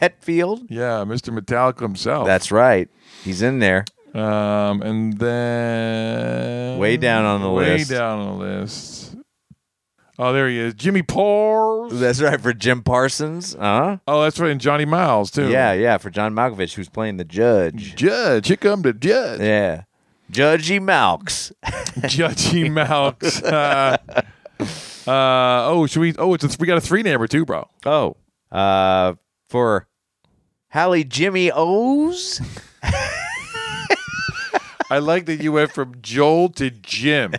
Hetfield.
Yeah, Mr. Metallica himself.
That's right. He's in there.
Um, and then
Way down on the
way
list.
down on the list. Oh, there he is, Jimmy Pors.
That's right. For Jim Parsons. Uh huh.
oh, that's right, and Johnny Miles too.
Yeah, yeah. For John Malkovich, who's playing the judge.
Judge, here come the judge.
Yeah. Judgey Malks.
[LAUGHS]
[LAUGHS]
Judgy Malks. Uh, [LAUGHS] uh, oh, should we? Oh, it's a, we got a three number too, bro.
Oh. Uh, for Hallie Jimmy O's.
I like that you went from Joel to
[LAUGHS]
Jim.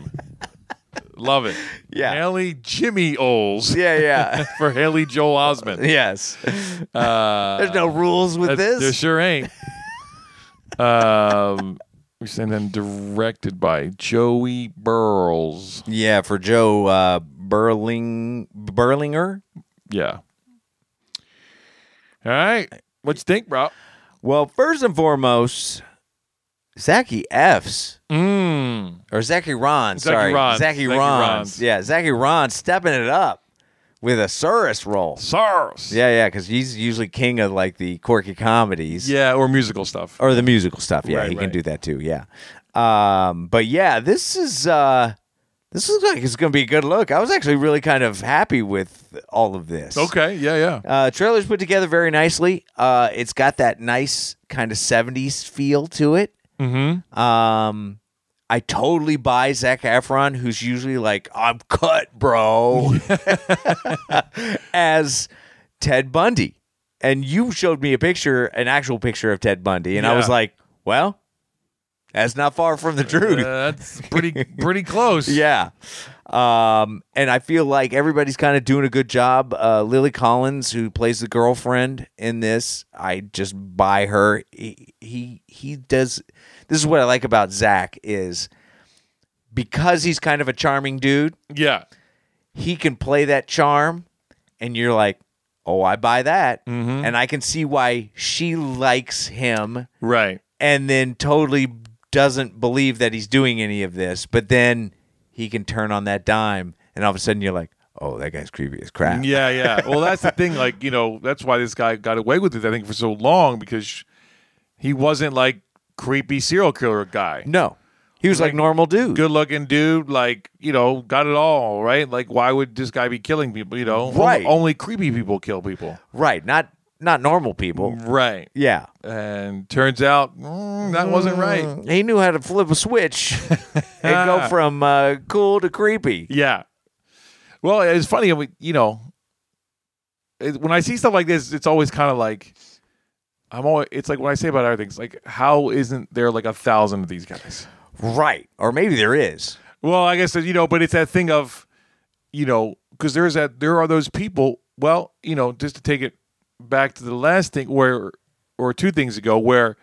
Love it.
Yeah.
Haley Jimmy Oles
[LAUGHS] Yeah, yeah.
for Haley Joel Osment.
[LAUGHS] yes.
Uh,
There's no rules with
that's-
this.
There sure
[LAUGHS]
ain't. um, we're saying then directed by Joey Burles.
Yeah, for Joe uh, Burling Burlinger.
Yeah. All right. What you think, bro?
Well, first and foremost, Zachy F's
Mm.
or Zachy Ron.
Zachy
sorry,
Ron.
Zachy
Zachy
Ron.
Ron's.
Yeah, Zachy Ron stepping it up with a Surus roll.
SARS.
Yeah, yeah, because he's usually king of like the quirky comedies.
Yeah, or musical stuff.
or the musical stuff. Yeah,
Right,
he can
right.
do that too. Yeah. Um, but yeah, this is uh, this looks like it's gonna be a good look. I was actually really kind of happy with all of this.
Okay. Yeah,
[LAUGHS]
yeah.
Uh, trailer's put together very nicely. Uh, it's got that nice kind of '70s feel to it. Mm-hmm. Um, I totally buy Zach Efron, who's usually like, "I'm cut,
[LAUGHS]
bro," as Ted Bundy. And you showed me a picture, an actual picture of Ted Bundy, and I
Yeah.
was like, "Well, that's not far from the truth."
Uh, that's pretty pretty close.
[LAUGHS] Yeah. Um, and I feel like everybody's kind of doing a good job. Uh, Lily Collins, who plays the girlfriend in this, I just buy her. He, he he does. This is what I like about Zach is because he's kind of a charming dude.
Yeah.
He can play that charm, and you're like, oh, I buy that, and I can see why she likes him
Right.
and then totally doesn't believe that he's doing any of this, but then he can turn on that dime, and all of a sudden you're like, oh, that guy's creepy as crap.
Yeah, yeah. Well, that's the thing. Like, you know, that's why this guy got away with it, I think, for so long because he wasn't like creepy serial killer guy.
No, he was like, normal dude.
Good looking dude, like, you know, got it all, right? Like, why would this guy be killing people? You know, Only-
Right.
Only, creepy people kill people.
Right, not not normal people.
Right.
Yeah.
And turns out mm, that wasn't right.
He knew how to flip a switch
[LAUGHS]
and go from uh, cool to creepy.
Yeah. Well, it's funny. I mean, You know, it, when I see stuff like this, it's always kind of like I'm always. It's like when I say about other things, like how isn't there like a thousand of these guys?
Right. Or maybe there is.
Well, I guess that, you know, but it's that thing of, you know, because there's that there are those people. Well, you know, just to take it back to the last thing where, or two things ago, where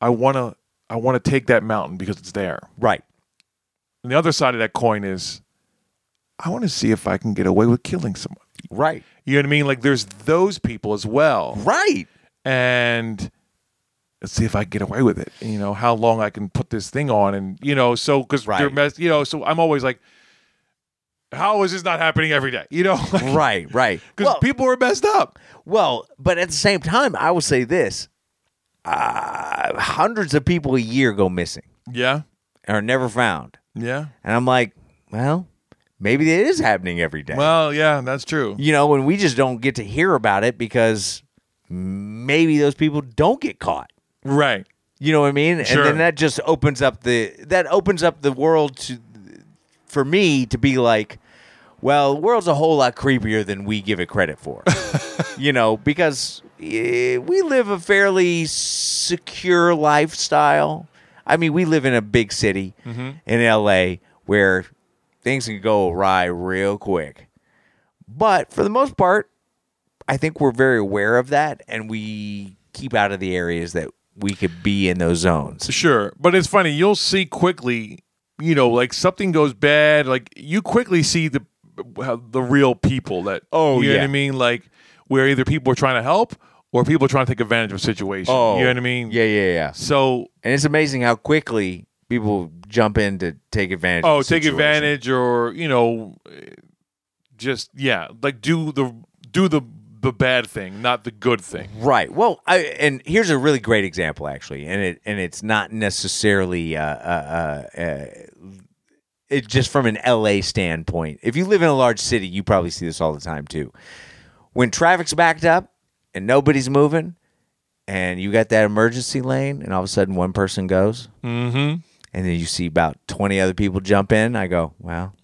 I wanna I wanna take that mountain because it's there.
Right.
And the other side of that coin is, I want to see if I can get away with killing someone.
Right.
You know what I mean? Like there's those people as well.
Right.
And let's see if I can get away with it. You know, how long I can put this thing on, and you know, so because
Right.
mess, you know, so I'm always like, how is this not happening every day? You know, [LAUGHS] because
right,
[LAUGHS]
right. Well,
people are messed up.
well, but at the same time, I will say this: uh, hundreds of people a year go missing
Yeah,
and are never found,
yeah.
and I'm like, well, maybe it is happening every day.
Well, yeah, that's true.
you know, and we just don't get to hear about it because maybe those people don't get caught.
Right.
You know what I mean?
Sure.
And then that just opens up the that opens up the world to for me to be like, well, the world's a whole lot creepier than we give it credit for. you know, because eh, we live a fairly secure lifestyle. I mean, we live in a big city in LA where things can go awry real quick. But for the most part, I think we're very aware of that, and we keep out of the areas that we could be in those zones.
Sure, but it's funny. You'll see quickly, you know, like something goes bad. Like you quickly see the how- the real people that.
Oh,
you know what I
yeah.
mean. Like where either people are trying to help or people are trying to take advantage of situations. you know what I mean.
Yeah, yeah, yeah.
So
And it's amazing how quickly people jump in to take advantage.
oh,
of the
take
situation.
advantage or you know, eh, just yeah, like do the do the the bad thing, not the good thing.
Right. Well, I and here's a really great example actually, and it and it's not necessarily uh, uh, uh, uh, it just from an LA standpoint. If you live in a large city, you probably see this all the time too. When traffic's backed up and nobody's moving, and you got that emergency lane, and all of a sudden one person goes, mm-hmm. and then you see about twenty other people jump in. I go, well,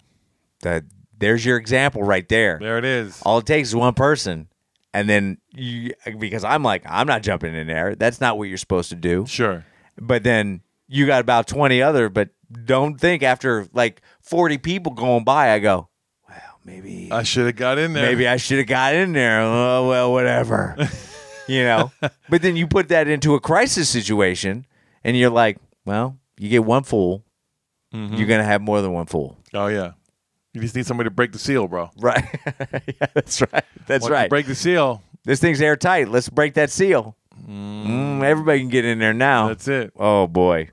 that there's your example right there.
There it is.
All it takes is one person. And then you, because I'm like, I'm not jumping in there. That's not what you're supposed to do.
Sure.
But then you got about 20 other, but don't think after like 40 people going by, I go, well, maybe,
I should have got in there.
maybe I should have got in there. Oh,
[LAUGHS]
well, whatever. you know? But then you put that into a crisis situation and you're like, well, you get one fool,
Mm-hmm.
you're going to have more than one fool. [LAUGHS]
Oh yeah. You just need somebody to break the seal, bro.
Right. [LAUGHS] yeah, that's right. That's
Once you
right.
break the seal.
This thing's airtight. Let's break that seal. Mm, everybody can get in there now.
That's it.
Oh boy.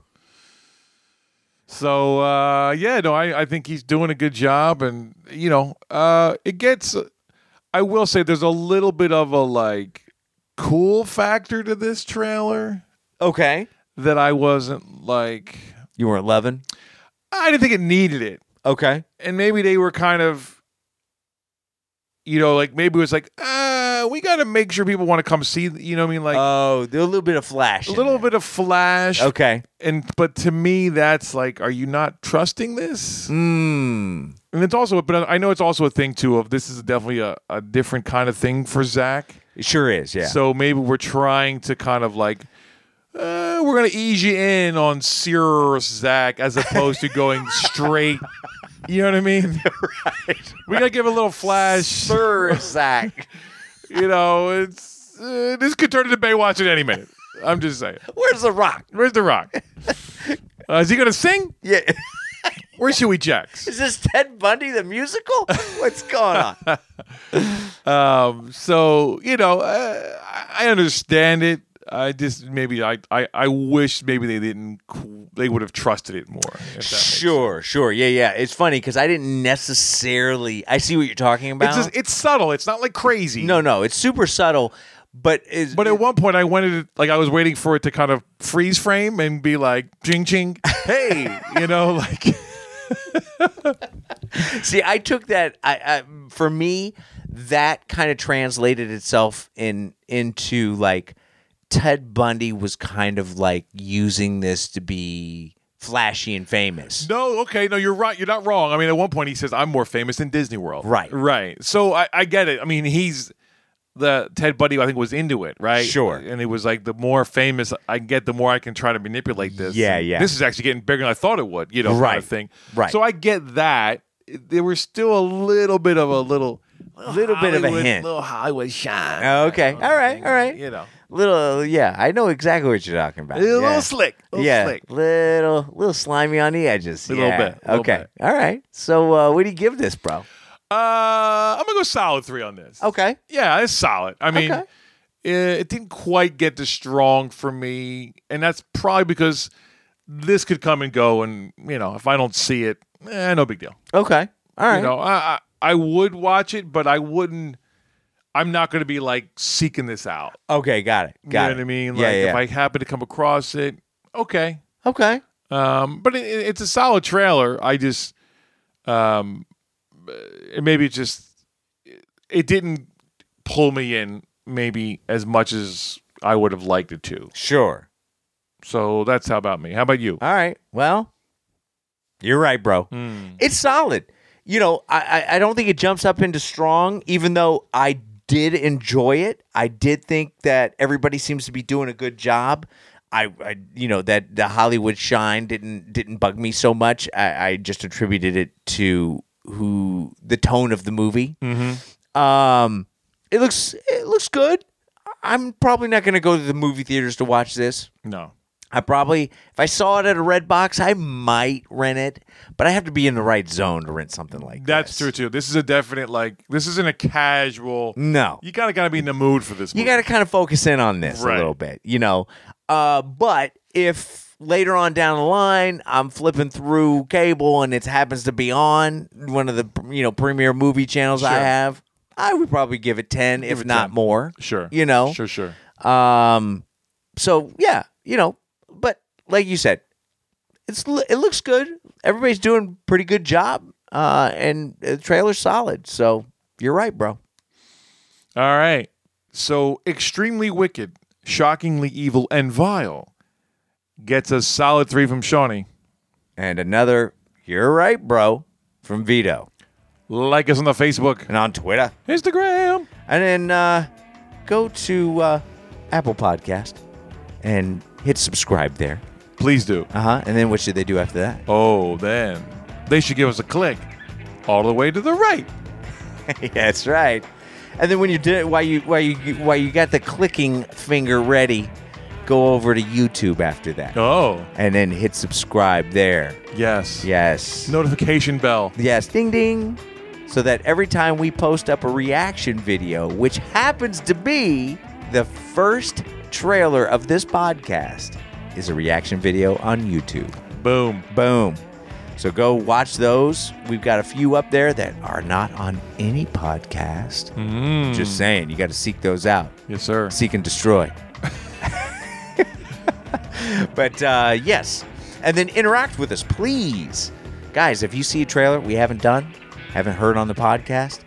So uh, yeah, no, I, I think he's doing a good job, and you know, uh, it gets. I will say there's a little bit of a like cool factor to this trailer
Okay.
that I wasn't like.
You weren't loving.
I didn't think it needed it,
Okay.
and maybe they were kind of, you know, like maybe it was like, uh, we got to make sure people want to come see. You know what I mean? Like
oh, there a little bit of flash.
a
in
little
there.
bit of flash,
[LAUGHS] Okay.
and but to me, that's like, are you not trusting this?
Mm.
And it's also, but I know it's also a thing too of this is definitely a, a different kind of thing for Zach.
It sure is. Yeah.
So maybe we're trying to kind of like, uh, we're going to ease you in on serious Zach as opposed to going straight. You know what I mean? We got to give a little flash.
sure, Zach.
You know, it's uh, this could turn into Baywatch at any minute. I'm just saying.
Where's the rock?
[LAUGHS] Where's The Rock? Uh, is he going to sing?
Yeah.
Where should we Jax?
is this Ted Bundy the musical? What's going
[LAUGHS]
on?
Um, so you know, uh, I I understand it. I just maybe I, I I wish maybe they didn't qu- they would have trusted it more. if that makes-
sure. Sure. Yeah. Yeah. It's funny because I didn't necessarily. I see what you're talking about.
It's just, it's subtle. It's not like crazy.
no. No. It's super subtle. But is
But at one point, I wanted it like I was waiting for it to kind of freeze frame and be like, "Ching ching, hey," you know, like
See, I took that. I, I for me, that kind of translated itself in into like Ted Bundy was kind of like using this to be flashy and famous.
No, okay, no, you're right. You're not wrong. I mean, at one point he says, "I'm more famous than Disney World."
Right.
right. So I, I get it. I mean, he's the Ted Bundy. I think was into it, right?
Sure.
And it was like the more famous I get, the more I can try to manipulate this.
Yeah,
And
yeah.
This is actually getting bigger than I thought it would. You know, kind of
Right,
thing.
right.
So I get that. There was still a little bit of a little,
Little bit of a
Hollywood-
hint.
little Hollywood shine.
Oh, okay, all right, all right.
You know,
Little, yeah, I know exactly what you're talking about.
a little
yeah.
slick. A little
yeah,
slick.
little, little slimy on the edges.
Little
Yeah.
bit, little
okay,
bit.
all right. So, uh, what do you give this, bro?
Uh, I'm gonna go solid three on this.
Okay,
Yeah, it's solid. I mean,
Okay.
eh, it didn't quite get to strong for me, and that's probably because this could come and go, and you know, if I don't see it, eh, no big deal.
Okay. All right.
You know, I, I I would watch it, but I wouldn't. I'm not going to be like seeking this out.
okay. Got it. Got
you know
it.
what I mean? Like
yeah. yeah.
if I happen to come across it, okay.
okay.
Um, but it, it- it's a solid trailer. I just, um, uh, maybe it just, it didn't pull me in maybe as much as I would have liked it to.
Sure.
So that's how about me. How about you?
All right. Well, you're right, bro. It's solid. You know, I, I I don't think it jumps up into strong, even though I did enjoy it. I did think that everybody seems to be doing a good job. I, I you know that the Hollywood shine didn't didn't bug me so much. I, I just attributed it to who the tone of the movie. Um, it looks it looks good. I'm probably not going to go to the movie theaters to watch this.
No.
I probably, if I saw it at a red box, I might rent it, but I have to be in the right zone to rent something like
That's
this.
true too. This is a definite, like, this isn't a casual.
No,
You gotta gotta be in the mood for this.
you got to kind of focus in on this
Right.
a little bit, you know. Uh, but if later on down the line I'm flipping through cable and it happens to be on one of the you know premier movie channels I
Sure.
have, I would probably give it ten, if
it
not
10.
more.
Sure.
you know,
Sure. Sure.
Um, so yeah, you know, but like you said, it's it looks good. Everybody's doing a pretty good job, uh, and the trailer's solid. So you're right, bro.
All right. So, extremely wicked, shockingly evil, and vile gets a solid three from Shawnee.
And another, you're right, bro, from Vito
Like us on the Facebook,
and on Twitter,
Instagram.
and then uh, go to uh, Apple Podcast and hit subscribe there.
Please do.
Uh huh. And then what should they do after that?
Oh, then they should give us a click all the way to the right.
[LAUGHS] That's right. And then when you did it, while you while you while you got the clicking finger ready, go over to YouTube after that,
Oh,
and then hit subscribe there.
yes.
Yes.
Notification bell.
Yes. Ding ding. So that every time we post up a reaction video, which happens to be the first trailer of this podcast, is a reaction video on YouTube.
Boom.
Boom. So go watch those. We've got a few up there that are not on any podcast.
Mm.
Just saying, you got to seek those out.
yes, sir.
Seek and destroy. [LAUGHS] but uh, yes, and then interact with us, please, guys. If you see a trailer we haven't done, haven't heard on the podcast,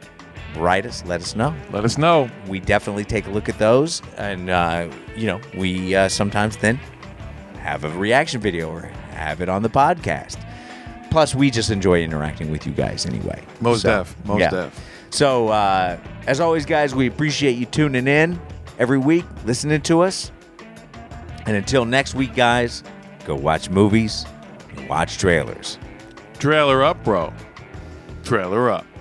write us. Let us know.
Let us know.
We definitely take a look at those, and uh, you know, we uh, sometimes then have a reaction video or have it on the podcast. Plus, we just enjoy interacting with you guys anyway.
Most
So,
def. Most
yeah.
def.
So, uh, as always, guys, we appreciate you tuning in every week, listening to us. And until next week, guys, go watch movies and watch trailers.
Trailer up, bro. Trailer up.